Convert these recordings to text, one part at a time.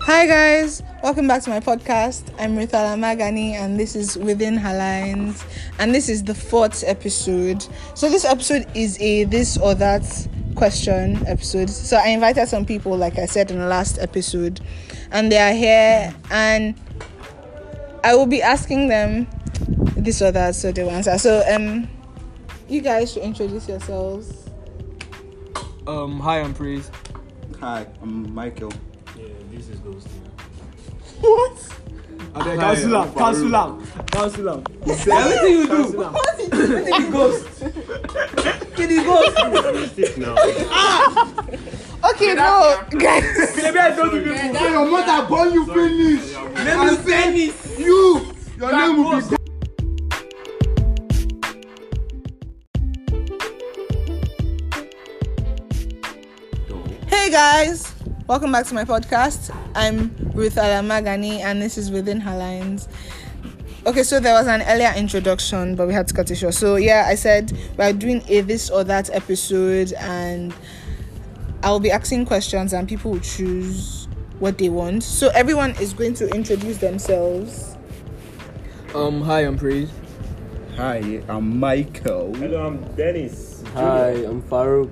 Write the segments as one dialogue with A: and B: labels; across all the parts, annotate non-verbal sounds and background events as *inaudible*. A: Hi guys, welcome back to my podcast. I'm Rithala Magani and this is Within Her Lines and this is the fourth episode. So this episode is a this or that question episode. So I invited some people like I said in the last episode and they are here and I will be asking them this or that so they will answer. So um you guys should introduce yourselves.
B: Um, hi, I'm Praise.
C: Hi, I'm Michael.
D: Yeah, this is those things.
A: What?
C: Hi,
D: Abeg, cancel am,
C: Farouk.
D: cancel am, cancel am.
B: Everything you do,
D: Cancel am.
B: can you go?
A: Okay, no, guys.
D: Maybe I told you before.
C: Say your mother born you finish.
B: Let me say this.
C: You, your name will be.
A: Hey guys, welcome back to my podcast. I'm Ruth Alamagani and this is Within Her Lines. Okay, so there was an earlier introduction, but we had to cut it short. So, yeah, I said we're doing a this or that episode, and I'll be asking questions, and people will choose what they want. So, everyone is going to introduce themselves.
B: Um, hi, I'm Praise.
C: Hi, I'm Michael.
D: Hello, I'm Dennis.
E: Hi, I'm Farouk.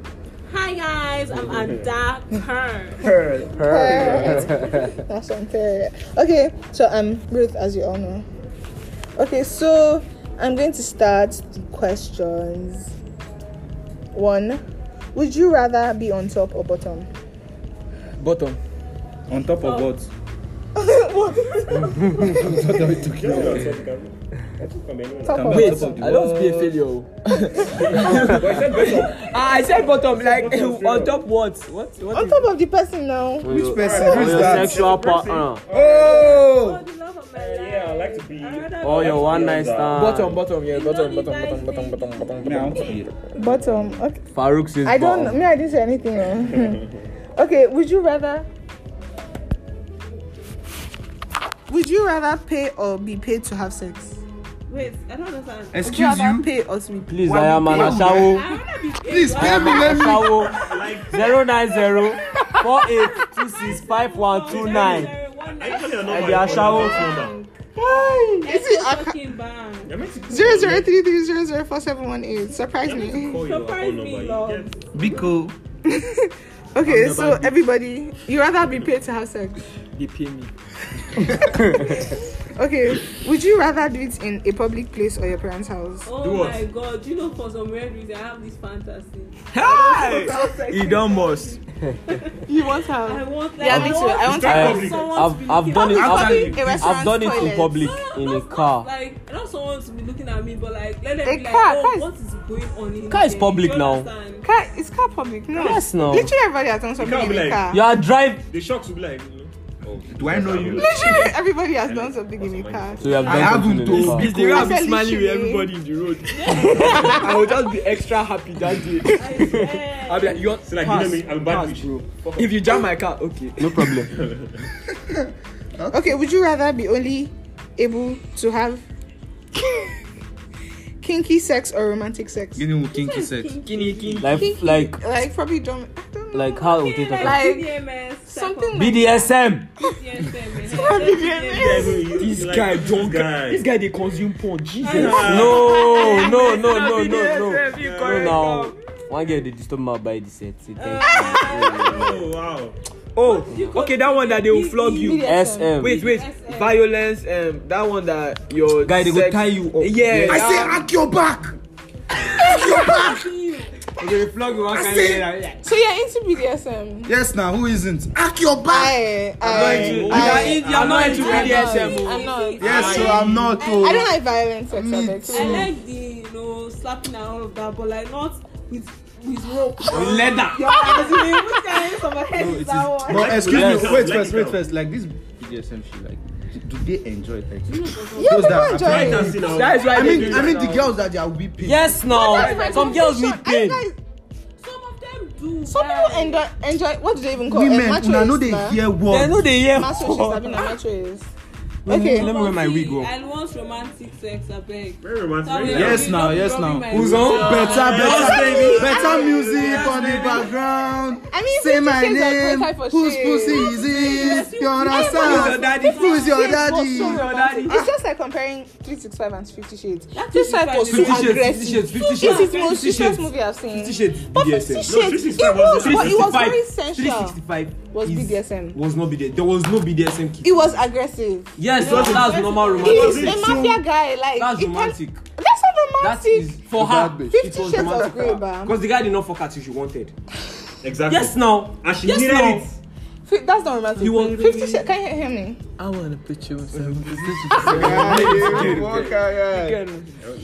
F: Hi guys, I'm Ada Kern.
D: Her.
A: That's unfair. Okay, so I'm Ruth, as you all know. Okay, so I'm going to start the questions. One, would you rather be on top or bottom? *laughs*
B: Bottom.
C: On top of what?
A: Top or
B: Wait,
A: bottom?
B: I don't be a failure. ah, I said bottom, like *laughs* on top what? What? What?
A: On top of the person now.
E: Which
C: person? Who is
E: your
C: that?
E: sexual partner
F: For
C: Oh!
F: the love of my life.
D: Yeah, I like to be.
B: Oh,
E: or Oh, your one night stand.
B: Bottom, bottom, yeah,
F: You
B: bottom,
F: know the
B: bottom, bottom,
F: nice
B: bottom, bottom, bottom,
C: Me, I
B: bottom.
C: want to be.
A: Bottom. Okay.
E: Farouk says
A: I don't.
E: bottom.
A: Me, I didn't say anything. oh. *laughs* okay. Would you rather? Would you rather pay or be paid to have sex?
F: Wait, I don't understand.
A: Would you
C: Excuse
A: rather
C: you.
A: pay or to be paid?
E: Please, I am an
F: *laughs*
E: Ashawo.
F: I wanna be paid.
C: Please pay me, let me.
E: Ashawo 090 48265129. And the Ashawo.
A: Is it Aka-
F: fucking bang.
A: Zero zero three three zero zero four seven one eight. Surprise me.
F: Surprise me, love.
C: Be cool.
A: Okay, so everybody, you rather be paid to have sex.
B: They pay me.
A: Okay, would you rather do it in a public place or your parents' house?
F: Oh
B: Do what?
F: my god, you know for some weird reason I have this fantasy.
B: Hi! He done must.
A: You want
F: I
A: house?
F: want like
A: Yeah, me
F: I
A: too.
F: want,
A: I want to.
E: I-
F: want someone to
E: I've,
F: be
E: I've
F: looking
E: done it.
F: at-
A: I've done
E: I've,
A: it in
E: I've done it in
A: restaurants,
E: public
F: No, no,
E: in a
F: not-
E: car.
F: Like not someone to be looking at me, but like let them
A: A
F: be like,
A: car, car
F: oh,
A: is-
F: what is going on in
E: Car is
F: here?
E: public
F: You
E: now.
F: understand?
A: Car is car public? No.
E: Yes, no.
A: Literally everybody has done something
D: can't
A: in
D: be
A: a
D: like-
A: car.
E: You are driving.
D: The shocks will be like. you know.
C: Do I know you?
A: Literally everybody has done something in a car.
E: So you have
C: I haven't
E: done something in a
C: told
E: car.
B: Please, they will
A: I
B: have
A: said
B: been smiling with
A: literally.
B: everybody in the road. I will just be extra happy that day.
F: I swear.
B: I'll be like, you want
D: So like,
B: pass,
D: you know me, I'm bad
B: pass,
D: bitch.
B: bro. If you jam my car, okay. *laughs*
E: No problem.
A: Okay, would you rather be only able to *laughs* have kinky sex or romantic sex?
C: Guinea with kinky sex.
B: Kini, kini.
E: Like, like,
A: Like probably don't. I don't know.
E: like, how would
F: Okay,
E: it happen?
A: like-
F: BDMS,
A: something like
E: BDSM.
A: *laughs*
D: Yeah, you- you
B: This
D: like
B: guy,
D: this
B: drunk.
D: guy.
B: This guy, they consume porn. Jesus.
E: No,
A: *laughs*
E: no, no, no, no, no.
B: BDSM, you
E: No,
B: correct
E: now.
B: am.
E: One girl they disturb me by the set.
A: Uh,
E: Say thank
D: Oh wow.
B: Oh,
F: You call-
B: okay, that one that they will flog you.
E: you. SM.
B: Wait, wait,
F: SM.
B: violence. Um, that one that your
E: Guy, they will
B: sex-
E: tie you up.
B: Yeah,
C: I
B: that
C: say,
B: one.
C: hack your back.
B: they will flog you. One kind
C: say-
B: of like,
A: So you're into BDSM?
C: Yes, now who isn't? Hack your back.
A: I,
B: you
A: I,
B: are in- you are not into
A: I'm not.
B: BDSM. oh.
A: I'm not.
C: Yes, so I'm not.
A: I, I
C: Oh.
A: don't like violent sex.
C: Me
A: either,
F: I
A: too.
F: like the you know slapping and all of that, but like not with with rope.
B: Leather.
F: Which kind of my head is that one?
C: But excuse
E: Yes.
C: me, wait
D: Let
C: first,
D: it
C: wait
D: down.
C: first. Like this BDSM shit, like, do- do they enjoy it? Like,
A: Yeah,
C: those
A: people
C: that
A: enjoy
C: apply
A: it.
D: Can see now.
B: That is why
C: I
B: they
C: mean,
B: do
C: I mean
B: that
C: the
B: now.
C: girls that they are weeping.
E: Yes, now. Some girls need pain.
A: I like-
F: Some of them do.
A: Some
F: guys.
A: people enjoy, enjoy. What do they even call it?
C: Women,
A: Macho
C: una know
A: is
C: they
A: na-
C: hear
E: They
C: words.
E: know they hear.
A: Macho is, I mean, na macho is. Okay.
E: Let me wear my wig off.
F: I want romantic sex, I beg.
D: Very romantic.
F: Tell me
D: Very
F: your
C: Yes
F: wig,
C: now,
F: don't be
C: yes
F: rubbing
C: now.
F: my
E: Who's
F: wig.
E: on?
C: Better, better,
A: baby.
C: better music on the background.
A: I mean,
C: Say
A: fifty
C: my
A: shades of grey
C: name.
A: type of
C: Whose
A: shit.
C: pussy is this? You understand?
B: daddy?
C: Who's your
A: Yes, but
C: daddy?
A: so romantic.
B: daddy.
A: It's just like comparing 365 and 50 Shades.
F: That
A: 365 was so
E: 50 Shades, 50
A: aggressive.
E: Shades, 50
A: This is
E: Shades,
A: the most
E: 50
A: useless
E: Shades.
A: movie I've seen.
E: 50 Shades
A: But 50
E: BDSM.
A: Shades,
D: No,
A: it was,
D: 365 was-
A: but it was very
E: 365
A: sensual.
E: 365
A: Was
E: is-
A: BDSM.
E: Was not BDSM. There was no BDSM kid.
A: It was aggressive.
E: Yes, that's, that's normal
A: He
E: romantic.
A: is
D: it
A: a
D: so-
A: mafia guy. Like
E: That's
A: it can-
E: romantic.
A: That's not
E: That
A: romantic.
E: is for
C: The
E: her.
C: bad bitch.
E: It
A: Fifty
E: was
A: Shades of
E: romantic.
A: Grey, ba.
E: Because the guy did not fuck her till she wanted.
D: Exactly.
E: Yes, now.
D: And she
E: yes,
D: needed
E: now.
D: it.
A: Fi- That's not romantic.
E: He was-
A: Fifty Shades. Can you hear me?
E: I want to picture with
B: um,
C: Yeah, yeah, walk out, yeah.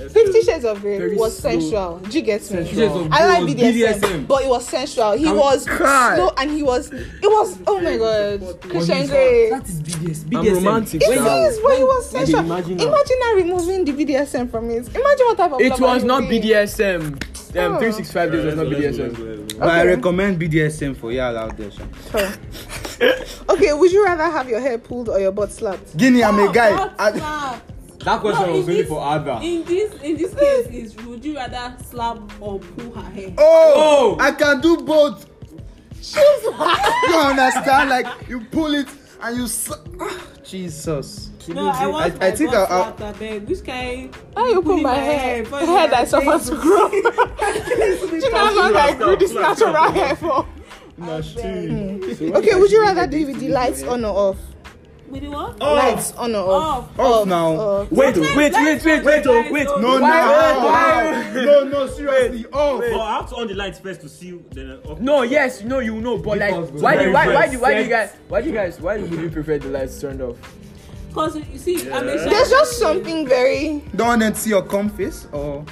A: Fifty Shades of Grey
E: Very
A: was
E: slow.
A: sensual. Do you get me?
E: Shades of
A: I like
E: Grey
A: BDSM,
E: was BDSM.
A: but it was sensual. He
E: Can we-
A: was
C: Cry.
A: slow and he was. It was. Oh my god, Christian Grey.
E: That is BDSM.
B: I'm
E: BDSM.
B: romantic
A: It
E: When you-
A: is, but it was
E: when
A: sensual.
E: they imagine
A: Imagine,
E: her.
A: her removing the BDSM from it. Imagine what type of
B: It
A: lover
B: was
A: you
B: not
A: be.
B: BDSM. Um,
A: Oh.
B: 365 days was not
D: Let's
B: BDSM.
D: go, let's go.
C: But I
A: Okay.
C: recommend BDSM for y'all out there. Sha.
A: Okay, would you rather have your hair pulled or your butt slapped?
C: Guinea, I'm a guy.
F: Oh, That's
C: I-
F: slap.
E: That question
F: No,
E: was
F: it
E: only
F: is-
E: for Ada.
F: In this in this case is would you rather slap or pull her hair?
C: Oh,
E: Oh.
C: I can do both. you understand? Like you pull it and you. Sl- Jesus.
F: No, I want
C: I,
F: my
C: think
F: butt
C: I, I,
F: slapped, I beg. Which kind?
A: I you pull
F: Pulling
A: my
F: my
A: hair.
F: hair,
A: The
F: pulling
A: hair
F: my
A: that I suffered to grow. Do *laughs* you know how long I grew this natural hair for? Okay, would you rather do it with the lights on or off?
F: With the what?
D: Oh.
A: Lights on or off?
F: Off.
C: Off now.
A: oh.
E: Wait, wait, wait, wait, wait, oh, wait.
C: no, no,
E: Why- why-
C: no, no, seriously. Oh,
D: But I have to on the lights first to see. Then uh, okay.
B: No, yes, no, you know, but like,
E: Because
B: why, do,
D: very
B: why, why, do, why do you
D: first
B: guys, why do you guys, why would you prefer the lights turned off?
F: Cause you see, I'm a
A: There's just something very.
C: don't want them to see your cum face or.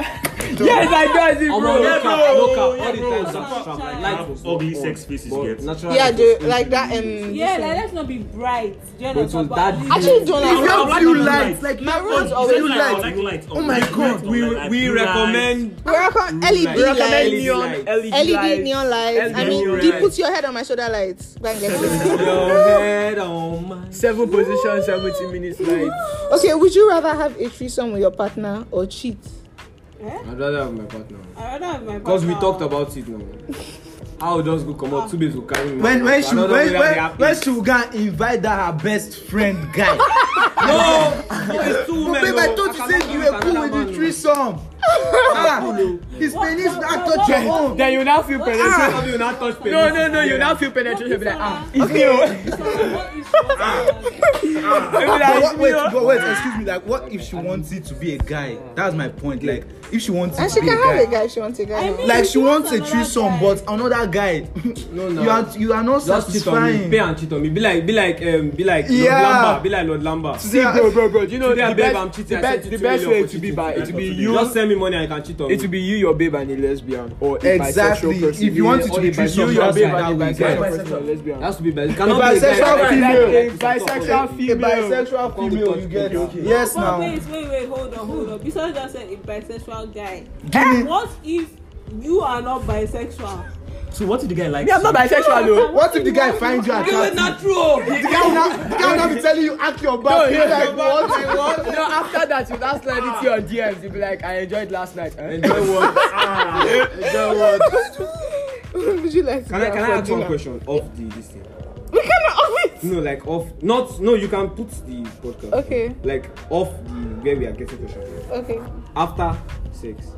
B: Yes, I got it, bro.
E: Omo, no
B: Yeah,
E: cap,
B: bro.
E: no cap. All the
D: bro,
E: times
F: that's
E: I've
F: not
E: traveled,
F: true.
E: light was not
D: Ugly
E: on,
D: sex faces
E: but
D: get.
E: natural
A: Yeah,
E: light
A: the,
E: was on.
A: like that. Um,
F: Yeah,
A: this
F: like
A: one.
F: let's not be bright. Do you
E: But it
F: understand?
E: was
F: But
E: that
F: at
E: day.
F: least-
A: Actually, don't
D: I would- I
A: like.
D: would like
C: few
D: to do
C: lights, like
A: My room's
D: Oh,
A: always
D: you like- I
A: light.
D: like lights.
C: Oh my
D: like
C: God,
D: lights. I
B: We,
D: like
B: we
D: blue lights.
B: recommend
A: We reckon LED
B: recommend
A: E lights.
B: neon
E: E Lights.
B: LED,
A: LED E neon lights. I
B: LED
A: mean,
B: neon
A: the
B: lights.
A: put your head on my shoulder lights. Go and get it.
E: Your head on my-
B: Seven positions, 70 minutes lights.
A: Okay, would you rather have a threesome with your partner or cheat?
E: I'd rather have my partner.
F: I rather have my
E: Because we
F: partner.
E: talked about it now. I would just go come out, two babes will carry me.
C: When when she
E: Another
C: when
E: one will be
C: when,
E: happy.
C: when she gonna invite that her best friend guy?
E: No! It's two
C: But
E: women.
C: babe, I
E: oh.
C: thought you
E: cannot
C: said you
E: marry
C: were cool
E: another
C: with the
E: man,
C: threesome. ah, his penis I thought your own.
B: Then you now feel penetration.
E: oh. You will not touch
B: Ah! No,
E: penis.
B: no, no, you now feel
F: What
B: penetration.
F: if
B: Be like, ah,
F: someone-
B: it's you.
F: so what if someone-
B: Be
C: But
B: like,
C: what, wait,
B: you.
C: but wait, excuse me. Like, what if she wants it to be a guy? That's my point. Like, if she wants it
A: And she
C: to be a
A: can have a
C: guy,
A: guy if she wants a guy. *laughs*
F: I
A: now.
F: mean-
C: like she wants a
F: Another
C: threesome,
F: guy.
C: but another guy.
E: No, no.
C: you are you are not
E: Just cheat on me.
C: satisfying.
E: Pay and cheat on me. Be like, be like, um, be like
C: Yeah.
E: Lord Lamba. Be like Lord Lamba.
B: See,
C: Yeah.
B: bro, bro, bro. Do you know
E: Today I
B: the
E: babe, I'm
B: best, the
E: cheating. I
B: best,
E: said
B: the best
E: two million
B: way
E: for
B: to be
E: cheating.
B: bi, it will be
E: You
B: you,
E: just send me money and I can cheat on
B: it
E: you.
B: will be you, your babe, and a lesbian, or a
C: Exactly.
B: bisexual person.
C: If you want it to
B: Or
C: be
B: a
C: treated
B: bisexual,
C: you
B: your babe,
C: as
B: and a
C: that
B: bisexual
C: way.
B: person or lesbian.
E: It has to be bisexual.
C: A
E: Cannot be a guy
C: bisexual
E: that-
C: female.
B: A
E: that- that-
B: bisexual
C: A
B: female.
C: bisexual
E: Come
C: female,
E: touch
C: you
E: me.
C: get
E: Okay.
C: yes
F: But
C: now.
F: wait, wait, wait, hold on, hold on. Besides just said a bisexual guy.
C: Guinea.
F: What if you are not bisexual?
D: So what did the guy like?
B: Me, I'm not bisexual, though.
C: What if the guy finds you
F: This is
C: attractive?
F: not true.
C: The guy will not, the guy will not be telling you act your
B: No,
C: back.
B: you
C: You're like, what?
B: what? No, after that, you now slide it to your DMs. You'll be like, I enjoyed last night. Eh?
E: Enjoy what?
A: would you like to
E: Can I,
A: go
E: can
A: out for
E: I ask one
A: dinner?
E: question off the this thing?
A: We cannot off it.
E: No, like off. Not no. You can put the podcast.
A: Okay.
E: Like off the where we are getting question. from.
A: Okay.
E: after sex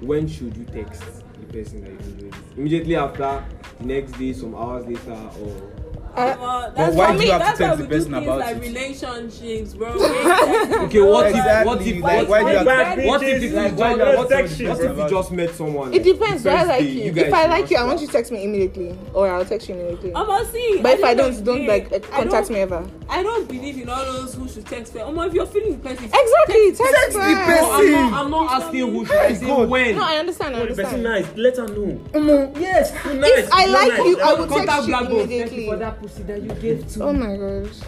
E: when should you text the person that you enjoy with immediately after the next day some hours later or
A: Uh,
F: Well, that's
C: why
F: for
C: do
F: me,
C: you have to
F: that's
C: text the
F: why we do
C: person
F: things
C: about
F: like
C: it?
F: relationships,
C: *laughs*
F: bro. okay,
E: okay what
C: Exactly,
E: if what
C: like,
E: if
C: why do you
E: what,
C: have
E: if- what if you
D: Like,
E: like,
D: why
E: what,
D: do you have
E: what,
D: to
E: if
D: text
E: you- what
D: you
E: if you just met someone
A: it depends.
E: the
A: Do I
E: first
A: like
E: day,
A: you?
E: guys
A: If I
E: should
A: like you, I
E: ask
A: want you to text me immediately, or I'll text you immediately.
F: I'm gonna see.
A: But if I
F: think
A: don't,
F: I'm
A: don't
F: gay.
A: like uh,
F: I
A: contact
F: don't-
A: me ever.
F: I don't believe in all those who should text first. Omo, if you're feeling the person,
A: Exactly. Text,
C: the
A: back.
C: person.
E: I'm not, I'm not asking who should I say
C: God.
E: when
A: No, I understand. I
D: The person
A: understand.
D: nice. Let her know.
C: Omo, yes.
A: If I like you, I will
E: Contact
A: text you
E: Blackboard.
A: immediately.
F: pussy that you gave
A: *laughs*
F: to
A: Oh my gosh.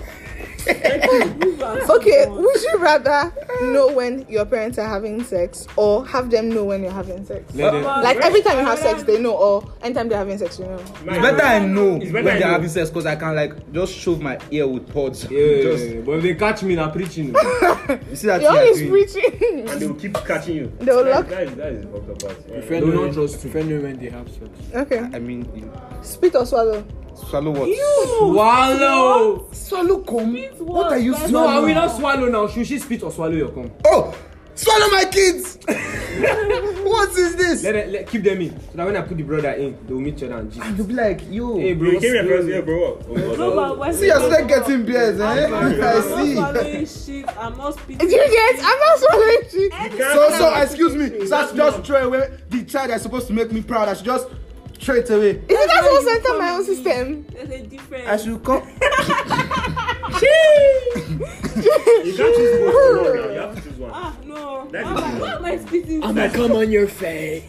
F: *laughs* you as
A: Okay,
F: well.
A: would you rather know when your parents are having sex or have them know when you're having sex?
E: Let them-
F: But-
A: Like every time you have sex, they know, or anytime they're having sex, you know.
C: It's better I know
D: It's better
C: when
D: I
C: they're
D: know.
C: having sex because I can like just shove my ear with pods.
E: Yeah, yeah,
C: Just,
E: yeah. But if they catch me, na preaching.
C: you see
A: You're
C: that thing I
A: always
C: do?
A: preaching. *laughs*
D: And they will keep catching you.
A: They will lock-
D: That is, that is fucked up. part. Yeah.
E: Do not trust me.
G: when they have sex.
A: Okay.
C: I mean, you
A: Spit or swallow?
C: swallow what?
E: Swallow.
C: Swallow cum?
F: It's
C: What are you
F: worse.
E: No,
C: swallowing?
E: I will not swallow now. Should she spit or swallow your cum?
C: Oh, swallow my kids. *laughs* what is this?
E: Let, them- let keep them in. So that when I put the brother in, they will meet each other and Jesus.
C: You'll be like, yo.
E: Hey bro,
D: You came here
E: slow.
D: first, yeah, bro. What? Oh, God.
F: No, but when
C: See, you're
F: people
C: still
F: go out,
C: getting beers, eh? I
F: I'm
C: see.
F: not swallowing shit. I'm not
A: Do
F: spitting.
A: you get? I'm not swallowing shit.
C: So, so, excuse me. That's just throw away the child that's supposed to make me proud. I should just throw it away.
A: Is it that's
F: why
A: what's
F: you
A: enter my
F: come
A: own
F: in.
A: system?
F: There's a difference.
C: I should come.
D: You can't choose both for long now. You have to choose one.
F: Ah, no. Why
D: That
F: am
D: is-
F: I- why am I spitting?
G: I'm gonna come on your face.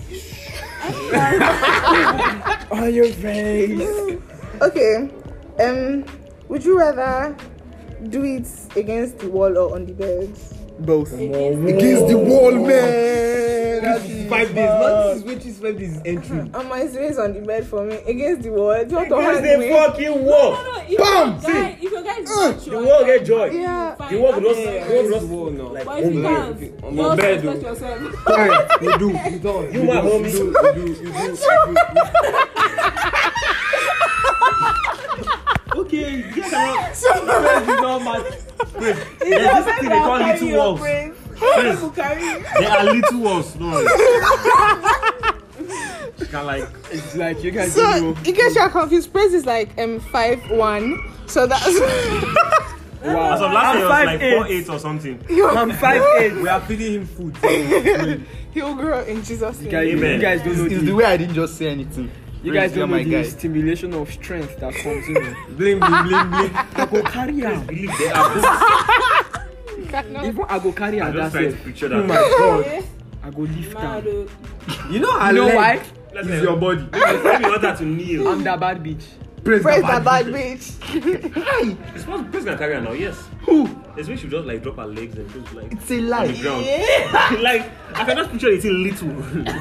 D: *laughs*
G: on your face.
A: Okay. Um, would you rather do it against the wall or on the bed?
C: Both. Against the wall, man. That's it.
E: Five days. Not this is which is five days is entry.
A: Um, my serious on the bed for me. Against the wall. Do you want to
D: Because
A: hug
D: they
A: me?
D: fucking
F: No,
D: walk.
F: no, if
C: Bam!
F: your guy, if your guy is
C: Uh,
F: not
D: The
F: sure,
D: walk get joy.
A: Yeah.
F: fine,
D: The walk will not.
F: okay.
D: The walk will not.
E: Whoa, no.
D: Like,
F: But if you
E: Over
F: can't,
E: here,
F: you
E: on my
F: also
E: bed,
F: respect
E: oh.
F: yourself.
E: Alright, you do, you don't.
D: You are
E: do,
D: homie.
E: You do, you do, you do, you do.
D: Okay, you guys are not. Friends do not matter. Wait, there's this thing they call little wolves. Friends, there are little wolves. No worries. You can like.
C: It's like you guys don't
A: So
C: know.
A: in case you're confused, Praise is like um five one. So that's *laughs*
D: As of last year, it was
G: five
D: like
G: eight.
D: four eight or something.
G: I'm five eight.
E: We are feeding him food.
D: *laughs*
A: he'll grow in Jesus' name.
C: You guys, you
D: Amen.
C: guys don't know.
G: It's
C: It's the way I didn't just say anything.
G: You guys don't know
C: my
G: the
C: guy.
G: stimulation of strength that comes in.
D: *laughs*
E: Blame him, blame blame.
G: I go carry am.
D: Believe they are both.
G: Even I go carry
D: I
G: am that
D: just tried to
G: sef.
D: picture
G: Oh
E: Hmm.
G: my
D: that.
G: god.
D: *laughs*
G: I go lift
F: Mad,
G: am.
F: oh.
E: You know I
G: You know
E: like-
G: why?
D: Let's
E: It's
D: say-
E: your body.
D: *laughs* Let's say we want her to kneel.
G: I'm that bad bitch.
C: Praise
A: Praise
C: the
A: that
C: bad.
A: bad bitch.
D: It's supposed person can carry her now, yes.
C: Who?
D: It's when she just like drop her legs and just like
C: It's a
D: on the
C: lie.
D: ground. *laughs* like I can just picture it in little. *laughs*
A: I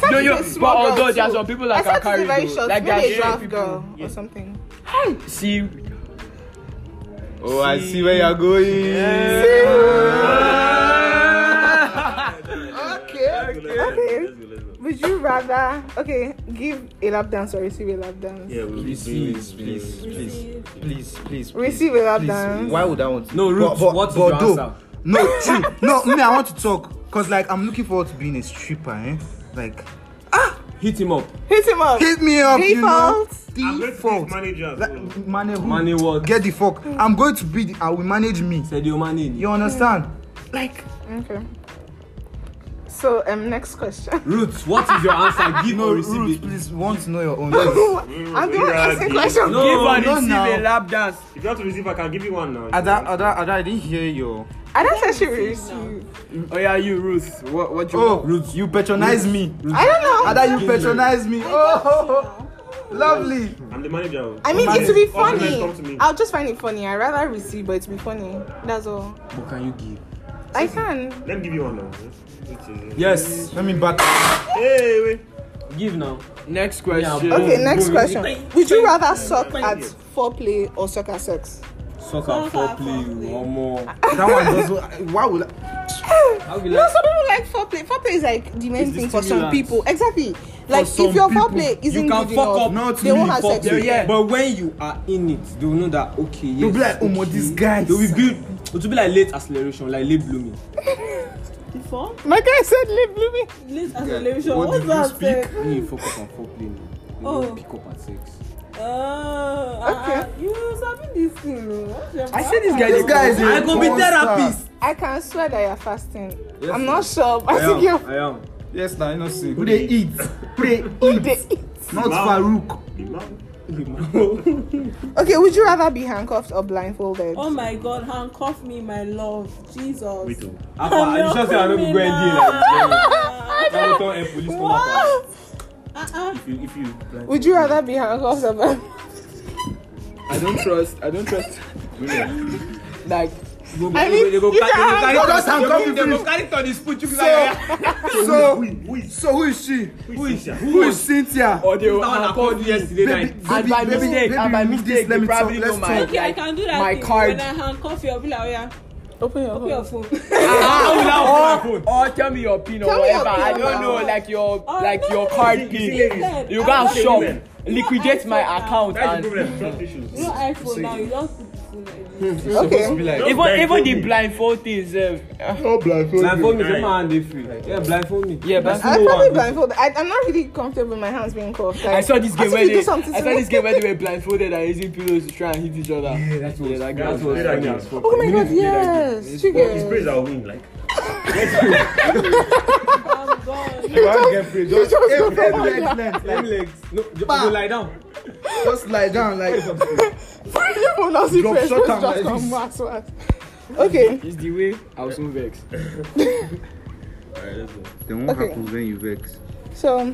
A: said
G: No,
A: she's
G: yo,
A: a
G: but
A: small girl
G: on God, there are
A: too.
G: some people
A: I
G: that
A: said
G: can
A: she's a
G: carry
A: very
G: though.
A: short,
G: Like there are
A: maybe a
G: short
A: draft
G: people.
A: girl or something.
G: See,
C: Oh, I see where you're going.
A: Okay.
D: Let's go, let's go,
A: Okay.
D: let's go, let's go.
A: Would you rather okay give a lap dance or receive a lap dance?
D: Yeah, we'll
C: Please,
D: be
C: please, please, please, please, please.
A: Receive a lap
C: please.
A: dance.
C: Why would I want to?
E: No, Roots, what is your
C: though-
E: answer?
C: No, true. no, me, I want to talk. Cause like I'm looking forward to being a stripper, eh? Like
E: Hit him up.
A: Hit him up.
C: hit me up, you know.
A: Default.
D: I'm going to
C: Default.
D: take manager. as well.
C: Like, Mane who?
E: Mane what?
C: Get the fuck. I'm going to be. The, I will manage me.
E: Sadio Mane.
C: You understand? Like
A: Okay. So um next question.
E: Roots, what is your *laughs* answer? Give
C: no
E: or receive
C: rules,
E: it.
C: oh, please want to know your
A: *laughs*
C: own.
A: I'm the one asking questions.
E: No,
G: give and
C: no,
G: receive a
C: now.
G: lap dance.
D: If you want to receive, I can give you one now.
C: *laughs* Ada, Ada, Ada, I didn't hear your.
A: I don't say she will
F: Receive now.
A: receive.
G: Oh yeah, you Ruth. What what you?
C: Oh,
G: want?
C: Roots, you patronize me.
A: I don't know.
C: Ada, you patronize me. Oh, *laughs* lovely.
D: I'm the manager. oh.
A: I mean, it will be
D: Come to
A: funny.
D: me.
A: I'll just find it funny. I'd rather receive, but it'll be funny. That's all.
E: What can you give?
A: I can.
D: Let me give you one now. Which is-
E: Yes.
C: Let me back.
D: Hey, wait.
E: Give now.
G: Next question.
E: Yeah,
A: Okay,
E: Oh,
A: next
E: boy.
A: question. Would you rather suck
D: thank
A: at
D: you.
A: foreplay or suck at sex?
E: Suck
F: Suck
E: up
F: at
E: for play.
F: foreplay.
E: One more.
C: That one doesn't. Why would? I,
E: I'll be
A: No,
E: like,
A: some people like foreplay. Foreplay is like the main
G: It's the
A: thing for some
G: stimulants.
A: people. Exactly. Like if your foreplay isn't
E: you can
A: good
E: fuck up.
A: enough,
C: Not
A: they won't
C: me,
A: have sex.
E: Yeah,
A: with you.
E: yeah. But when you are in it, they will know that okay, yes.
C: They'll be like, oh, my,
E: okay.
C: these guys.
E: They will build. It will be like late acceleration, like late blooming.
F: Before?
A: My guy said leave Bloomy.
F: Late acceleration.
C: What
F: What's
C: did you
F: that
C: speak?
F: say?
E: When you focus on foreplay, no, they
F: Oh.
E: don't pick up at six.
F: Uh,
A: Okay.
F: okay. Uh, you sabi this thing o. What's your
G: I see this guy.
C: This guy is a
E: I go be
C: monster.
E: therapist.
A: I can swear that you're fasting.
E: Yes,
A: I'm
E: sir.
A: not sure. but
E: I
A: I think you're
E: am. I am.
C: Yes, now you know see. Who they eat? Pray eat. Not Farouk.
A: Okay, would you rather be handcuffed or blindfolded?
F: Oh my God, handcuff me, my love, Jesus. *laughs*
D: Wait, oh.
E: Apa, you sure say I no go go and deal like
F: Ah,
E: that? Now turn air police come out.
F: ah, ah.
D: If you, if you,
A: Would you rather be handcuffed or blind?
G: I don't trust. I don't trust. like,
A: I mean,
E: they go
A: if you
E: carry-
A: have-
E: they go
C: Just
E: carry-
C: hand come
E: they
C: to
E: go carry it on his foot. You be
C: So,
E: like, "Ah,
C: so,
D: Who is
C: so who Oh, is she?
D: who is Cynthia?
C: Who is Cynthia?
G: or they will
E: "Someone
G: I
E: had called
G: called
E: you
G: you.
E: yesterday night."
C: Baby,
G: And by
C: baby,
G: mistake,
C: baby,
G: and by
C: read this,
G: mistake,
C: let
G: they
C: me talk,
G: probably
C: let's
G: know
C: talk.
G: my.
F: Okay, I can do that.
G: my
F: thing.
G: card.
F: When I hand cough you, I'll be like, oh yeah,
A: Open your
F: open
A: phone.
F: your phone.
E: How will I open my phone?
G: Or tell me your pin or
A: Tell me your
G: whatever. I
A: PIN
G: don't know,
A: number.
G: like your
F: Oh,
G: like
F: no.
G: your card
F: You *laughs*
G: pin.
F: said,
G: You
F: I
G: go and
F: want to
G: shop,
F: do
D: email.
G: liquidate my
F: No, I
G: account,
D: That's the
G: and
D: problem. Trust issues.
F: No iPhone now, you just put the phone like this.
A: Okay.
G: even
D: Just
G: even
D: blindfold
G: the
D: me.
G: blindfold thing sef.
C: Oh, blindfold.
E: Blindfold me.
D: Right.
E: Take my hand. They free. Yeah, blindfold me.
G: Yeah, but
A: I probably blindfolded. I, I'm not really comfortable with my hands being covered.
G: I saw this game
A: As if
G: where
A: you do
G: they I saw
A: something to me.
G: this game where they were blindfolded and using pillows to try and hit each other. Yeah, that's what. Yeah, that
D: That
G: game.
D: was
E: was
D: that
E: funny
D: game.
E: as fuck.
A: Oh my god, yes.
D: His
A: Chigga. *laughs*
D: praise I'll win. Like
F: I'm gone.
C: You want to get free. Just aim- aim legs, legs,
E: Let
C: like,
E: me legs. No, you
C: Bah.
E: you lie down.
C: Just lie down, like.
A: Freedom will not see
C: Drop
A: press.
C: shot
A: Just
C: am
A: drop
C: like
A: some
C: this.
A: mass words. Okay.
G: It's the way I was so vexed.
C: Then what
A: Okay.
C: happens when you vex?
A: So,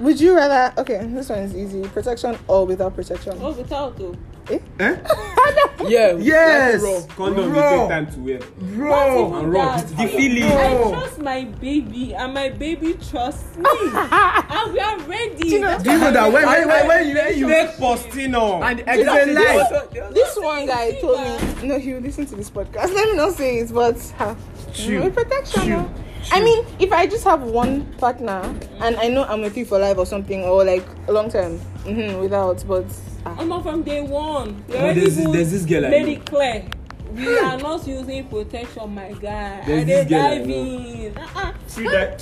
A: would you rather? Okay, this one is easy. Protection or without protection?
F: Oh, without though.
G: Yeah.
C: Yes!
E: Condom. You
C: Bro.
E: take time to wear.
C: Bro!
E: And wrong.
F: That-
E: The feeling.
F: I trust my baby, and my baby trusts
E: *laughs*
F: me, and we are ready.
A: you know-
F: That's
C: Do you know that when, when, when, when you.
E: You make
A: oh.
E: postino.
G: And
C: It's a
G: exactly.
C: lie.
A: This one guy told me, no, he would listen to this podcast. Let me not say it, but ha,
C: Chill,
A: no protection.
C: chill,
A: no. I mean, if I just have one partner and I know I'm with you for life or something, or like a long time, hmm without, but ah.
F: I'm not from day one. We
E: No,
F: already
E: there's this-
F: even
E: there's this girl I
F: made
E: know.
F: it clear.
E: *laughs*
F: We are not using protection, my guy.
E: There's
F: Are
E: this
F: they
E: girl I *laughs*
F: diving? Uh-uh.
D: see that.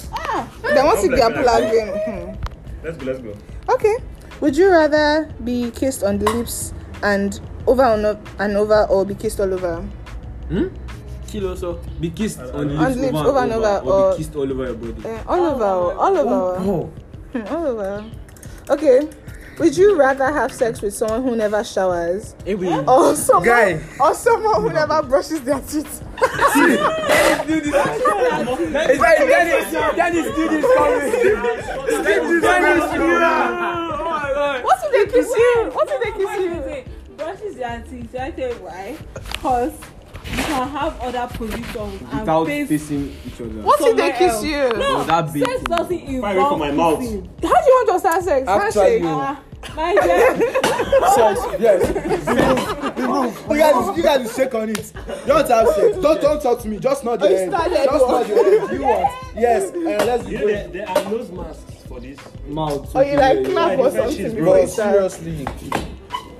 A: they want to
D: Don't
A: get
D: blame her.
A: plugged in. hmm.
D: Let's go. Let's go.
A: Okay. Would you rather be kissed on the lips and over and o- and over, or be kissed all over?
G: Kilo so.
E: Be kissed on the
A: On
E: lips,
A: the lips,
E: over and over, or
A: or-
E: be kissed all over your body.
A: Eh, all
F: Oh,
A: over,
F: no, no.
A: all over.
E: Oh,
A: Hmm, all over. *laughs* Okay. Would you rather have sex with someone who never showers
E: Eh,
A: or *laughs* someone
C: Guy.
A: or someone who never brushes their teeth?
G: It's like Dennis. Dennis do this coming. Dennis do
A: Oh What if they kiss you? What if they kiss
F: Why you
A: you?
F: say brushes their teeth? Should I tell you why? Cause you can have other positions
E: without
F: and face.
E: facing each other.
A: What if they
F: somewhere
A: kiss
F: else.
A: you?
F: No,
E: that big
F: sex
E: thing.
F: doesn't
D: Far
F: involve
D: away from my mouth.
F: kissing.
A: How do you want to start sex?
G: Actually,
A: Handshake.
F: Ah, my dear,
G: Sex. Yes.
C: You guys, you guys shake on it. Don't have sex. Don't, don't talk to me. Just not the
A: You
C: end.
A: started
C: Just
A: one.
C: not the end. You want? Yes. Uh, let's
D: You
C: do
D: know
C: it.
D: there, there are nose masks for this.
E: Mouth.
A: Or Oh, you like
E: yeah,
A: clap
D: yeah,
A: or
D: yeah,
A: something
D: she's
A: before you
D: gross.
A: start.
C: Seriously.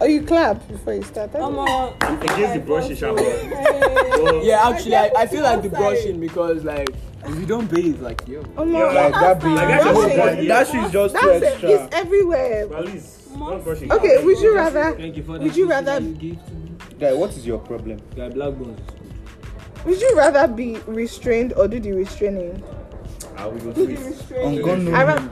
A: Or you clap before you start. That's
F: come
A: it.
F: on.
D: Against the brush, it's sharp.
F: Hey.
D: So,
G: Yeah. Actually, I, I feel like the brushing because like if you don't bathe, like yo.
A: Omo,
D: Yeah,
C: that be-
D: Like, I
A: That
D: just
A: shit-
D: brush here.
C: That shit is just too
A: That's it.
C: extra.
A: It's everywhere.
D: At least, not brushing.
A: Okay, would you rather?
E: Thank you for that.
A: Would you
E: gift
A: rather-
E: that You give to me.
C: Guy, what is your problem?
E: Guy, black bones is good.
A: Would you rather be restrained or do the restraining?
D: I will go to it.
C: I'm gonna.
A: I ra-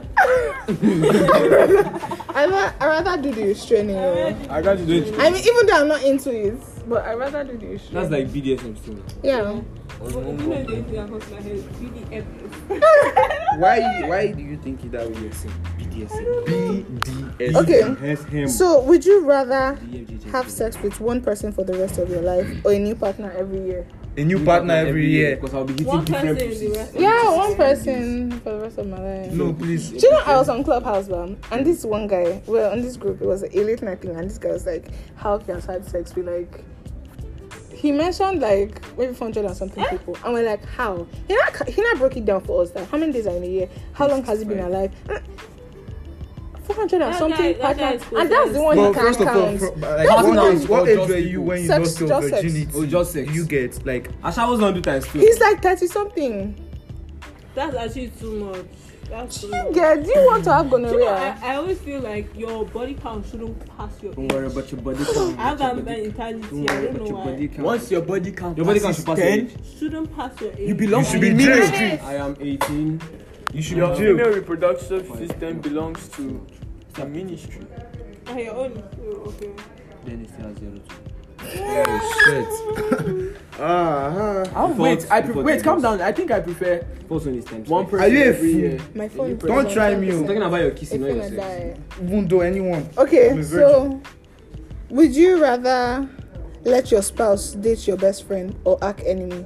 A: *laughs* I ra- I rather do the restraining. oh.
E: I got to do it.
A: I mean, even though I'm not into it, but I rather do the restraining.
E: That's like BDSM still.
A: yeah.
F: You know the thing that hurts my head. BDF.
C: Why? Why do you think it that way?
E: BDSM.
A: Okay.
E: Has him.
A: So, would you rather
E: BFGJ.
A: have sex with one person for the rest of your life or a new partner every year?
C: A new partner every year.
E: Because I'll be hitting
F: One person
E: different
F: in the
E: pussies.
F: rest.
A: Yeah, one person for the rest of my life.
C: No, please.
A: Do you know I was on Clubhouse, bam, and this one guy, well, on this group, it was a late night thing, and this guy was like, "How can had sex with like?" He mentioned like maybe 400 and something
F: Eh?
A: people, and we're like, "How?" He not he not broke it down for us like how many days are in a year, how long has he been alive. 400 and
F: That
A: something
F: guy- that guy
A: partners,
F: is
A: and that's the one
C: Well,
A: you can
C: first of all,
A: count.
C: fro- like,
A: That's
C: what
A: not-
C: age, what
E: or
C: age
E: just
C: were you when you
A: sex,
C: lost your
A: just sex.
C: virginity?
E: Oh, just sex.
C: You get like
E: Asha was not do times two.
A: He's like 30 something.
F: That's actually too much. That's too much.
A: Yeah, do you want to have
F: Do you know, I,
A: gonorrhea?
F: I always feel like your body count shouldn't pass your
E: Don't
F: age.
E: worry about your body count.
F: I have that
E: Don't
F: mentality. I
E: worry
F: don't
E: about
F: know
E: your
F: why.
E: body count.
G: Once your body count.
E: Your body count should pass your
G: 10,
E: age.
F: Shouldn't pass your age.
G: You belong
C: You
G: to
C: should
G: the
C: be jailed.
G: ministry.
E: I am 18.
C: you should
G: Your
C: be jailed.
G: female reproductive system belongs to the ministry.
F: On your own. Oh, okay.
E: Then it's still zero two.
C: Oh shit. ah. huh.
G: Oh, wait,
E: Before-
G: I pre-
E: before
G: wait,
E: the
G: calm
E: divorce.
G: down. I think I prefer
E: First one is times
G: one
E: five.
G: person
C: Are you a
G: every
C: fool?
G: year.
A: My
G: you
A: phone.
C: Don't try me.
E: I'm
C: oh.
E: talking about your
A: It's
E: kissing, not your
A: gonna
E: sex.
A: die.
C: Even though anyone.
A: Okay,
C: I'm a
A: so Would you rather let your spouse date your best friend or arch enemy?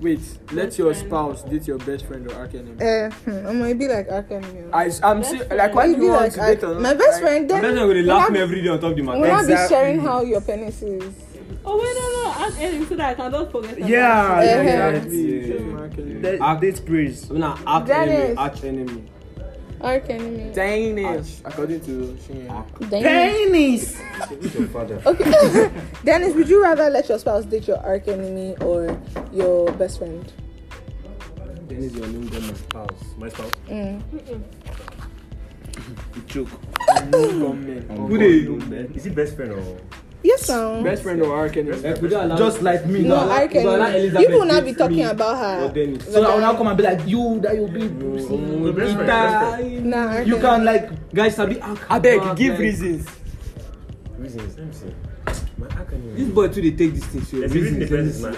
B: Wait, let your spouse date your best friend or arch enemy.
A: Uh, hmm, I might be like arch enemy.
B: I, I'm
F: Best
B: see,
F: friend.
B: like, why
A: It'd
B: do you
A: be
B: want
A: like
B: to
A: arch-
B: date or not?
A: my best
B: Like,
A: friend.
D: I'm
A: Then
D: just not going to
A: we'll
D: laugh
A: not-
D: me every day on top of the
A: We'll
D: matter.
A: not be
C: Exactly.
A: sharing how your penis is.
F: Oh wait, no, no, ask Eddie so that I can just forget. about
C: Yeah,
F: it.
A: Eh, eh.
C: exactly.
E: Yeah.
C: That- That's praise.
E: I'm not arch enemy,
A: Dennis.
E: arch enemy.
A: Arch enemy.
B: Dang it. According to Shinyan.
A: Dennis.
C: Penis!
E: Who's your father?
A: Okay. *laughs* Dennis, would you rather let your spouse date your arch enemy or your best friend?
E: Dennis, your name, then my spouse.
D: My spouse.
A: Mm.
C: You joke.
D: Who
C: God,
D: they?
C: no, man.
D: Is it best friend or?
E: Mm,
A: Yes, sir.
B: Best friend or arch enemy.
E: Eh, could you allow-
C: Just like me.
A: No,
E: Because I-
A: arch
E: because I like
A: enemy.
E: Elizabeth
A: People will not be
E: Gilfrey
A: talking about
E: or
A: her.
E: Dennis.
C: So I will now come and be like, you, that you'll be
E: Mm,
C: pussy.
D: Oh, best friend, best
E: Ita-
A: Nah, arch
C: You
A: enemy.
C: can like,
E: Guys, sabi arch-
B: I beg,
E: arch
B: give
E: enemy.
B: reasons.
D: Reasons. Let me see. My arch
E: This
D: enemy.
E: boy too dey take this thing serious.
D: There's a reason
E: Reasons,
D: the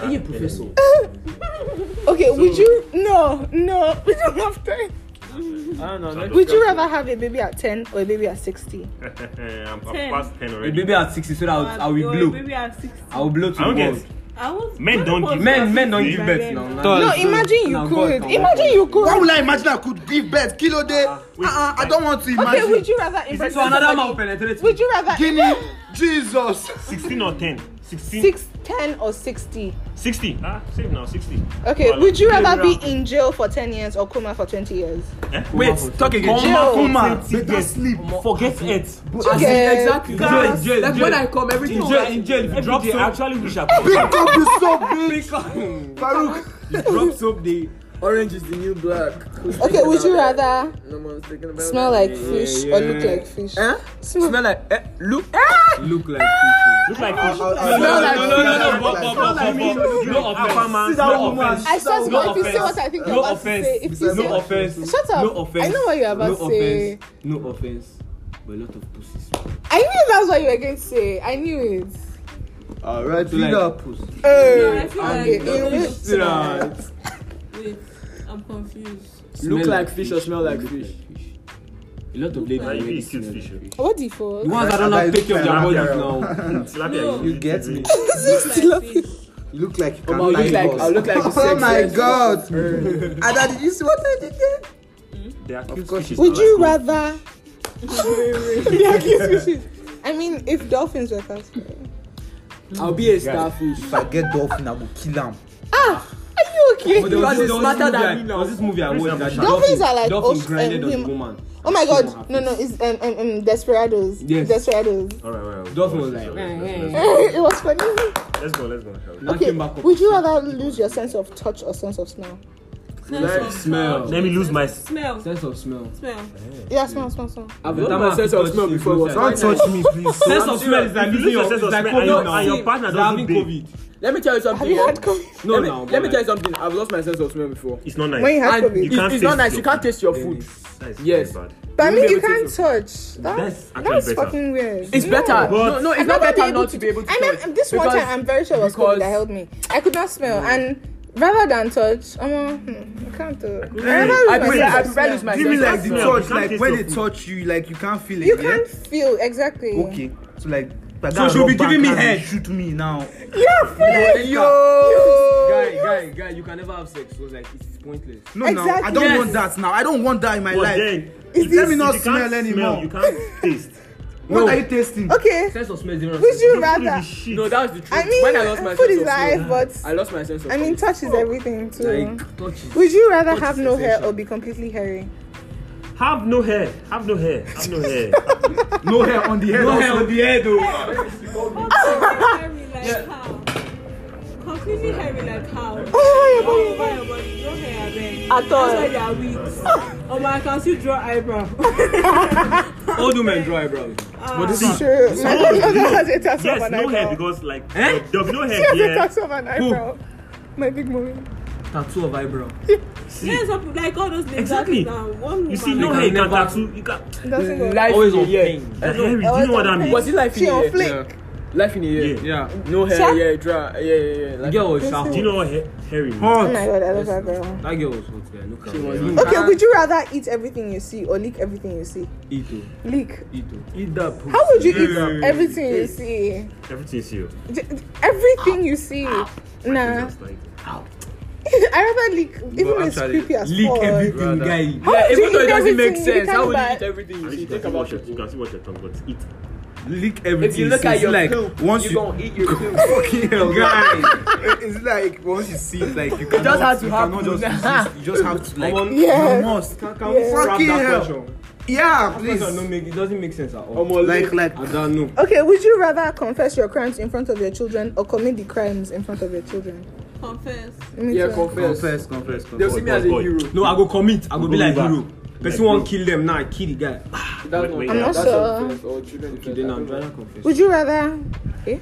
D: person is
E: reasons.
D: my
E: Are you a
D: arch *laughs*
E: professor?
A: *laughs* Okay, would you? No, no, *laughs* we don't have time.
B: I don't know.
A: Would you rather have a baby at 10 or a baby at 60?
D: *laughs* I'm, I'm
F: Ten.
D: past ten
E: A
D: already.
E: baby at 60 so that I will- I will
F: Your
E: blow.
F: Baby, I'm 60.
E: I will blow to
D: I
E: the
D: don't get.
E: world.
F: I was,
D: Men don't give-
E: Men, men don't give birth now.
B: Uh,
C: Tall.
A: No,
E: Now-
A: imagine you
E: now God
A: could.
E: can
A: Imagine
E: work
A: you
C: why
A: could.
C: would I imagine I could give birth? Kilo day? Uh,
D: wait,
C: uh, I
D: wait.
C: don't want to
A: Okay,
C: imagine.
A: would you rather impregnate
E: on- So another man will
A: somebody?
E: penetrate.
A: Would you rather
C: Guinea, Jesus.
D: Sixteen or ten. Sixteen.
A: six, 10 or 60?
D: Sixty. Ah, save now. Sixty.
A: Okay,
D: Well,
A: would you
D: yeah,
A: rather be
D: yeah.
A: in jail for 10 years or coma for 20 years?
D: Eh?
E: Wait, talk again.
A: Jail.
C: Kuma, better sleep.
D: Forget it.
A: Okay.
B: Exactly.
D: Guys, jail,
B: Like
D: jail.
B: when I come, everything
D: In
B: is
D: jail,
B: like-
D: in jail, if you drop
E: day,
D: *laughs* soap, actually we shall
C: Big up is so big. Farouk.
E: Drop soap day.
B: Orange is the new black. Who's
A: Okay,
B: thinking
A: would you
B: about that?
A: rather
B: No one's thinking about
A: smell
B: that.
A: like fish or look
E: yeah.
A: like fish?
B: Huh?
A: Smell-
B: Smell like. Eh, look.
E: Look like fish.
D: Look like fish.
C: Smell
D: no,
C: like
D: no, no, no, no,
C: fish.
D: but- but- but- but- but- no offense,
C: See that
D: no
C: woman.
D: offense.
A: I just
D: No
A: want if you say
D: offense.
A: what I think you're
D: No
A: about to say. If
D: offense.
A: you
D: No
A: say,
D: offense.
A: shut up.
E: No offense.
A: I know what you're about
E: no
A: to say.
E: offense. No offense. But a lot of pussies.
A: I knew that's what you were going to say. I knew it.
C: Alright,
E: Like-
C: feed up. pussy.
F: No, I
C: Eh.
A: Oh,
F: feel
A: okay.
F: like no,
A: you-
F: wait, wait, I'm confused.
E: Smell
B: Look like fish or smell like
E: Look
B: fish?
E: A lot of
D: Now
E: ladies.
D: you
E: already
D: be
E: smell
D: cute
E: like
D: fish.
E: fish.
A: What default?
E: The ones that don't
C: Like
E: have take care of their
D: tilapia.
E: bodies *laughs* now.
D: Tilapia,
F: No.
D: eat
C: You get
D: it.
C: me.
F: Look like fish.
C: You look like you
B: Oh,
C: can
B: but you look
C: tie
B: like- I look like
C: boss.
B: a
C: Oh
B: sex
C: my
B: sex.
C: god. Ada, did you see what I did there?
D: They are cute
C: course.
D: fishes.
A: Would
D: Now
A: you
D: let's
A: rather? Yeah, kiss fishes. I mean, if dolphins were cast.
B: I'll be a starfish.
C: If I get dolphin, I will kill him.
A: Are you
E: But
A: okay?
E: there was
B: Because it's
E: this- there was this
B: smarter than
E: movie I-
B: me now.
E: there was this movie I watched. that
A: Dolphins are like
E: dolphin
A: us- um,
E: grinded on the
A: him.
E: woman.
A: Oh my
E: She won't
A: god.
E: have
A: No,
E: it.
A: no, it's um, um, um, desperados.
E: Yes.
A: Desperados. *laughs*
D: All right, all right. all right.
E: Dolphin was
D: Let's
E: like,
D: go, let's go,
A: it was funny.
D: Let's go, let's go. let's go, let's go.
E: Now
A: Okay,
E: came back up.
A: would you rather lose your sense of touch or sense of smell?
E: Like smell.
D: Let me lose my.
F: Smell.
E: Sense of smell.
F: Smell.
A: Yeah, smell, smell, smell.
B: I've
E: The
B: lost
E: time
B: my
E: I
B: sense
E: touch
B: of smell
E: you,
B: before. it was
E: you
B: like
C: Don't touch me, please.
E: Sense of smell is like
D: If you
E: losing
D: lose your
E: your
D: sense of
E: like
D: smell and
E: COVID
D: your- and your
E: now.
D: partner
E: They're having
D: doesn't
E: COVID.
B: Let me tell you something.
A: Have you
B: yeah?
A: had COVID?
E: No,
B: let me,
E: no.
B: let me tell you something. I've lost my sense of smell before.
D: It's not nice.
A: When you had
B: And
A: COVID.
D: You can't
B: it's, it's not
D: taste
B: nice.
D: your
B: You can't taste your
E: food.
B: food.
D: That is
B: Yes.
D: very bad.
A: But I mean,
B: You'll be
A: you
B: able to
A: can't touch. That,
D: That's actually
A: that's
D: better.
A: fucking weird.
B: It's better. No, no, it's
A: I've never
B: not better
A: been able
B: not to be able to.
A: I mean,
B: touch.
A: this one time,
B: Because-
A: I'm very sure it was COVID
B: because-
A: that helped me. I could not smell, and rather than touch, um, hmm, I can't do. it. I rather
B: I
A: lose
B: prefer,
A: my
B: I
A: sense of
B: prefer lose
A: smell.
B: my
C: You mean
B: sense
C: like
B: of
C: the
B: smell.
D: smell. You
C: touch,
D: can't
C: like
D: taste
C: when
D: your
C: they
D: food.
C: touch you, like you can't feel it.
A: You
C: yeah?
A: can't feel exactly.
C: Okay. So like.
D: So she'll be giving me head.
C: head. Shoot me now.
E: Guy, guy, guy, you can never have sex. So it's like it's pointless.
C: No, now I
A: Exactly.
C: don't
A: Yes.
C: want that. Now I don't want that in my
D: But
C: life.
D: then,
C: Is
D: if
C: this-
D: you
C: not
D: can't
C: smell anymore.
D: You can't taste.
C: What
E: No.
C: are you tasting?
A: Okay.
E: Sense of smell is different.
A: Would you
D: Food
A: rather?
D: is shit.
B: No, that's the truth.
A: I mean,
B: when I lost my
A: food
B: sense
A: is
B: of smell,
A: life, but
B: I lost my sense of.
A: I mean,
B: taste.
A: touch is everything too.
E: Like touches.
A: Would you rather have
E: is
A: no hair
E: essential.
A: or be completely hairy?
D: Have no hair. Have no hair. Have no hair.
C: No hair on the head.
E: No hair
C: also.
E: on the head though.
A: *laughs*
F: Completely hairy like how? Completely hairy like
E: *laughs*
F: how?
A: Oh,
F: Oh, my body, no hair, man.
A: At all.
F: That's why they are weak. Oh my, I can still draw
E: *laughs*
F: eyebrow.
E: Old women draw eyebrows.
F: Ah.
A: yeah, True. My
D: No,
A: God,
D: no.
A: that's a tattoo of
D: yes,
A: an
D: no hair
A: eyebrow.
D: because like
E: Eh?
D: there's no hair
A: That's a
D: here.
A: tattoo of an eyebrow. My big moment.
E: Tattoo of eyebrow.
F: Yes, like all those ladies
D: Exactly.
F: now. One
D: You see,
F: woman-
D: no
E: They
D: hair. You
E: can
D: can
E: never-
D: tattoo. You can.
A: Doesn't go.
B: life
E: Always
B: in a
E: on
B: year.
E: pain.
D: The hair. is- Do you know what I mean?
B: Was it life
A: She
B: in a
A: on
B: year?
A: flick.
B: Life in a year.
C: Yeah.
B: No hair,
A: Sha?
B: yeah, dry, yeah, yeah, yeah.
E: The
B: Like,
E: girl was sharp.
D: Do you know what ha- Harry means?
A: Oh
C: Hot.
A: my god, I love that girl.
E: That girl was hot, guy. Look at
B: She was
E: her.
B: in-
A: Okay, would you rather eat everything you see or lick everything you see?
E: Ito,
A: Lick.
E: Ito.
G: Eat that poop.
A: How would you eat
C: Yeah.
A: everything you see?
D: Everything's you.
A: J- Everything you see.
B: Ah.
A: Nah.
D: Just like-
A: *laughs* I rather lick, even though it's
C: actually,
A: creepy as
E: Lick
A: fuck.
E: everything,
C: Rather.
E: guy.
A: How
B: Yeah,
A: would you
B: even though it
A: eat
B: doesn't
A: everything?
B: make
A: You
B: sense, how
A: can't
B: would you
A: buy-
B: eat everything?
D: At
B: You
D: least
B: see,
D: you can
B: think
D: see what
B: about
D: your-
B: your
D: you can see what your tongue got. Eat.
C: Lick everything.
B: If you look at
C: it's
B: your
C: like
B: poop,
C: once
B: you
C: you *laughs*
B: gonna
E: *laughs*
B: eat your poop.
C: fucking hell, guys. it's like once you see it, like you cannot,
B: has to
C: you cannot
B: happen. *laughs*
C: just resist. You just have to like.
A: Yes.
C: You must.
E: Can, can we
A: Yeah.
E: scrap
C: Fucking
E: that
C: hell.
E: question?
C: Yeah,
E: That
C: please.
E: question don't make, it doesn't make sense at all.
B: Omo,
C: Like, like.
E: I don't know.
A: Okay, would you rather confess your crimes in front of your children or commit the crimes in front of your children?
F: Confess.
A: Me
B: Yeah,
A: too.
B: confess.
C: Confess, confess,
B: They'll
C: confess.
B: see me as a
D: boy.
B: hero.
E: No, I go commit. I go
D: You
E: be
D: go
E: like
D: back.
E: hero. Person
D: Like,
E: won't
D: bro.
E: kill them now. I kill the guy.
B: That's
D: Wait, wait,
B: not
D: I'm
A: not
B: that's
A: sure.
B: offense
E: Oh,
B: or children
E: Okay,
B: defense,
E: then
B: I
E: I'm
B: don't know.
E: trying to confess.
A: Would you rather? Okay.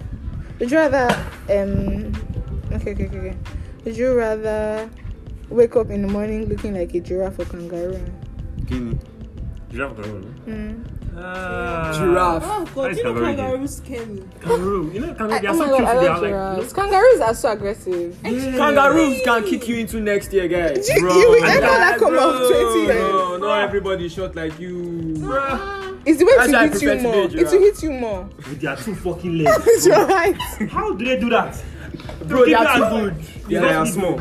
A: Would you rather? Um. Okay, okay, okay, okay. Would you rather wake up in the morning looking like a giraffe or kangaroo?
C: Guinea.
D: Giraffe kangaroo.
A: Mm.
D: Ah.
B: Giraffe.
F: Oh
D: That
F: god,
D: is
F: you know
D: kangaroo again.
F: kangaroos scare me.
D: Kangaroo. You know kangaroo.
A: I,
D: They
A: oh
D: are
A: my
D: so
A: god,
D: cute.
A: I
D: They
A: love
D: are like.
A: giraffes. Kangaroos are so aggressive.
B: Kangaroos can kick you into next year, guys.
A: You- you will end all that
E: Bro,
A: come out twenty years.
E: No, not everybody shot like you.
A: It's the way
B: That's
A: to
B: why I
A: hit you
B: prefer to be a
A: more. It
B: giraffe.
A: will hit you more. *laughs*
D: no, With their two fucking legs.
A: It's your height.
D: How do they do that?
B: Bro, they
D: People
B: are too-
D: good.
E: Yeah, they are small.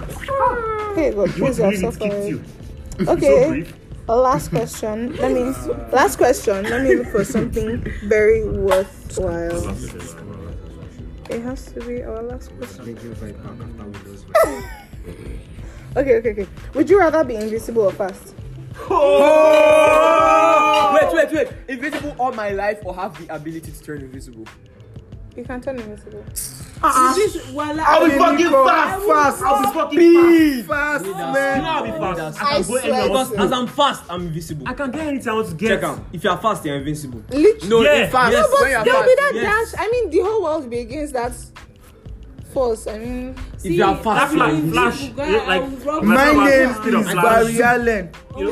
A: Hey God,
D: You want
A: please
D: to
A: have
D: really kick you. *laughs*
A: suffered.
D: So
A: Okay.
D: brief.
A: Our last question. Let me. Last question. Let me look for something very worthwhile. It has to be our last question. *laughs* Okay, okay, okay. Would you rather be invisible or fast?
B: Wait, wait, wait. Invisible all my life or have the ability to turn invisible?
A: You can turn invisible.
F: This, well, like,
D: I'll be fucking fast.
C: Fast,
D: I'll be fucking fast.
C: fast,
D: You know
C: man.
D: I'll be fast.
A: I
D: I can go
A: swear
D: anywhere I want
E: Because
D: to
E: as
D: go.
E: I'm fast, I'm invisible.
D: I can get anything I want to get.
E: Check out. If you're fast, you're invincible.
A: Literally.
B: No,
D: Yeah.
B: in fact,
E: Yes.
B: when you're
A: There will
B: fast,
A: be that
E: Yes.
A: dash. I mean, the whole world will be against that force. I mean,
E: if you are fast,
D: That's
E: you're
D: like
E: invincible.
D: flash.
F: Guy,
D: Yeah, Like
F: I will rob
D: my
C: My
D: brother
C: name
D: was speed of
C: is
D: flash.
C: Barry Allen,
D: *laughs* You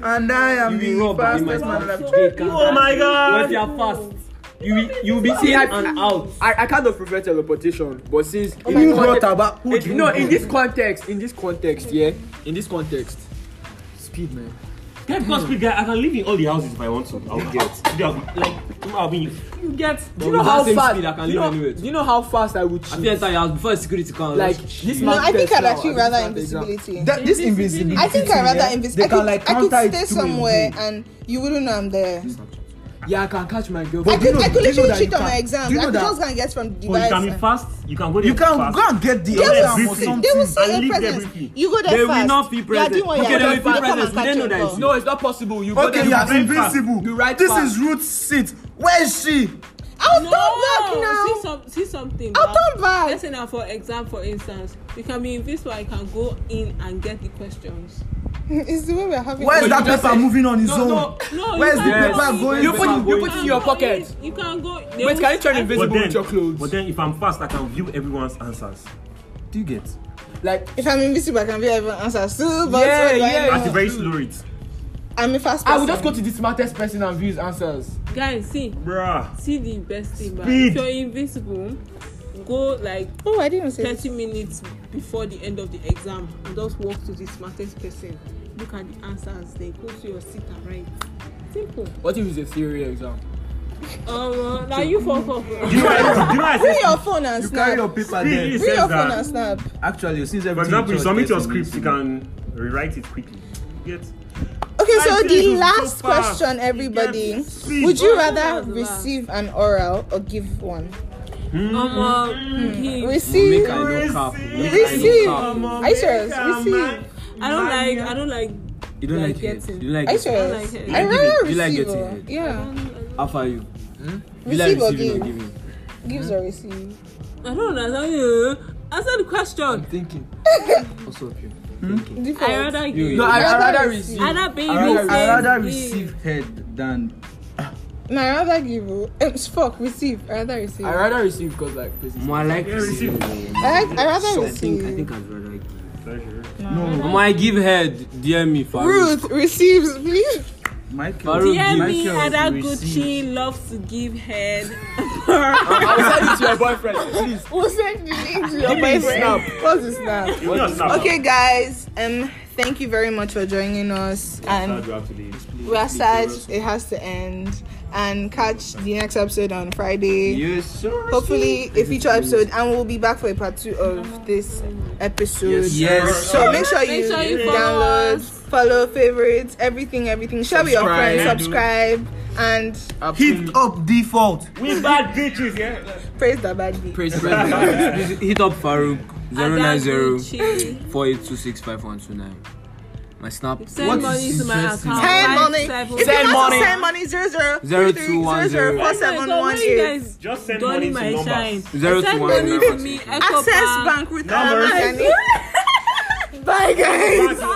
D: know,
C: and I am
E: You will
C: the
E: rob and you
C: fastest
E: might
C: man
E: stab.
C: alive.
D: Oh my
E: But if
D: god.
E: you're fast, you will, you will be in
B: I-
E: and out. Oh
B: I, I kind of prefer teleportation, but since
A: my
B: this
A: God.
B: context-
C: about
E: Eh,
B: in- no, in this context, in this context, yeah, in this context, speed, man.
D: Yeah, because speed guy, I can live in all the houses if I want to. I'll get. Today I'll be like, I'll be.
B: You get. Do
E: But
B: you know
E: with that
B: how
E: same
B: fast?
E: speed, I can
B: do you
E: live
B: know,
E: anywhere.
B: Do you know how fast I would
E: I feel
B: shoot?
E: enter your house before security comes.
B: Like this
A: no,
B: man.
A: I think
B: test
A: I'd
B: now,
A: actually
B: I just
A: rather
B: can't exam.
A: invisibility.
C: That, this invisibility.
A: I think I'd rather
C: yeah,
A: invisibility.
C: They
A: I
C: can
A: could,
C: like
A: I could
C: counter it
A: stay
C: to a
A: somewhere
C: day.
A: and you wouldn't know I'm there.
B: Yeah, I can catch my girl.
A: I
B: But
A: could, I could
C: do you know
A: literally
C: that
A: cheat
C: you
A: on my
C: can-
A: exams.
C: do you
A: I
C: know
A: could
C: that-
A: just go and get from the
D: Oh, you
A: device.
D: can be
A: and-
D: fast. You can go there
C: You can
D: fast.
C: go and get the
A: They will-
C: exam
D: everything.
C: or
D: They
C: something.
A: They will
D: I
A: say
D: leave
A: a
D: everything.
A: present. You go there
E: They
A: first.
E: will not be
A: You are doing
E: present.
A: what
E: Okay,
A: you are
E: they will
A: doing. They
E: be
A: come
E: present.
A: and
E: We
A: catch
E: didn't know
A: your
E: that it's
A: ball.
B: No, it's not possible. You go
C: Okay,
B: there.
C: you are
D: very
C: invisible.
B: You right
C: This
B: fast.
C: is root seat. Where is she?
A: I'll
F: No,
A: turn back
F: see,
A: now.
F: some, see something.
A: I'll
F: now.
A: turn back.
F: Let's say now, for exam, for instance, you can be invisible. I can go in and get the questions.
A: It's the way we're having.
C: Where is
B: But
C: that
B: you just
C: paper
B: said-
C: moving on his
B: No,
C: own?
B: no.
F: No,
C: Where's
F: you
C: the
F: can't
C: paper
F: go in.
C: going?
B: You put
F: can
B: it- you put it
F: go
B: in your pocket.
F: in. You can go. they
B: Wait,
F: will-
B: can you turn
F: I-
B: invisible
D: But then,
B: with your clothes?
D: but then, if I'm fast, I can view everyone's answers.
C: Do you get?
B: like,
A: If I'm invisible, I can be everyone answer. Still, but
B: Yeah,
A: so do I
B: yeah.
A: know?
D: At the very slow rate.
A: I'm a fast person.
B: I will just go to the smartest person and view his answers.
F: Guys, see, *laughs*
D: Bruh.
F: see the best thing. man.
D: Speed.
F: If you're invisible, go like
A: Oh, I didn't say. this.
F: 30 minutes before the end of the exam and just walk to the smartest person. Look at the answers, then go to your seat and write. Simple.
B: What if it's a theory exam?
F: Um, uh, now you fuck up.
D: Do you know why- do you know why I
A: Bring
D: said
A: your phone and
C: You carry your
A: snap.
C: paper
D: speed
C: there.
D: is
A: Bring your
D: says
A: phone
D: that.
A: and snap.
C: Actually, since everything. *laughs*
D: For example, you
C: just
D: submit
C: gets
D: your script, you
C: invisible.
D: can rewrite it quickly. Yet,
A: Okay,
D: I
A: so
D: think
A: the
D: it's
A: last
D: so fast.
A: question,
D: You
A: everybody.
D: can't speak.
A: Would you
F: Oh,
A: rather
F: that's last.
A: receive an oral or give one?
F: Um, uh, he-
A: Receive.
E: Make I no cap.
A: Receive.
E: Make I no cap.
A: Are you serious?
D: Um,
A: Receive.
F: I don't like, I don't like,
E: You don't
F: Like
E: like it.
F: getting.
E: You don't like
A: Are you
E: it.
A: serious?
F: like it.
A: I
E: You
A: rather
E: like it. You like
A: receive.
E: it.
A: or- Yeah.
E: How far are you? You like
A: Receive or
E: receiving or
A: give?
E: giving?
A: Gives or receive.
F: I don't understand you. Answer the question.
B: *laughs*
E: Thinking. What's up, you?
F: I
A: Default.
F: rather
E: You-
F: give.
E: No,
B: I
A: rather
B: rather
A: receive.
B: receive.
F: Either being
E: I rather-
C: I rather
F: receive.
C: receive head than
A: No, I rather give. oh. Um, fuck, receive. I rather receive.
B: I rather receive because like places.
E: More like
D: Yeah,
E: receiving.
A: I, like- I rather
E: I think I
A: receive.
E: think I'd rather give.
D: Pleasure.
E: Omo, I give head. DM me for
A: Ruth receives, please. *laughs*
C: Michael.
G: Farouk,
F: DM me
C: Michael
F: Ada
C: received-
F: Gucci loves to give head.
B: I will send it to your boyfriend, please.
A: We'll send the link to your
B: Give me his snap.
A: What's his snap?
D: What is that?
A: Okay, guys. Um, thank you very much for joining us.
D: Now
A: And
D: you have to leave.
A: we are sad it has to end. And catch the next episode on Friday.
C: Yes, sir.
A: Hopefully, a future episode, and we'll be back for a part two of this episode.
C: Yes.
A: So make sure you,
F: Make sure you follow
A: download,
F: us.
A: follow, favorites, everything, everything. Share with your
C: Subscribe.
A: friends, subscribe, and
C: Hit up default.
D: We bad bitches, yeah?
A: praise the bad beat.
G: Praise Praise Hit up Farouk
F: Ada
G: 090
F: Gucci.
G: 48265129. My snap
F: Send
C: What
F: money
C: is
F: to my account.
C: interesting?
A: Send
F: Five
A: money.
F: seven-
A: If you
B: Send
A: want to
B: money.
A: send money, zero zero
G: Zero
A: three
G: two
A: three
G: one
A: zero
G: zero.
A: four
F: Oh my
A: seven
F: God,
A: one
F: why you
A: eight.
F: guys
D: Just send money
F: Donny
D: to
F: my
D: numbers.
F: shine.
G: Zero
F: Send
G: to one
F: money
G: number.
F: to me. Echo
A: Access
F: Bank.
A: Bank with
D: Numbers.
A: Alamagani. Bye guys.
D: Bye.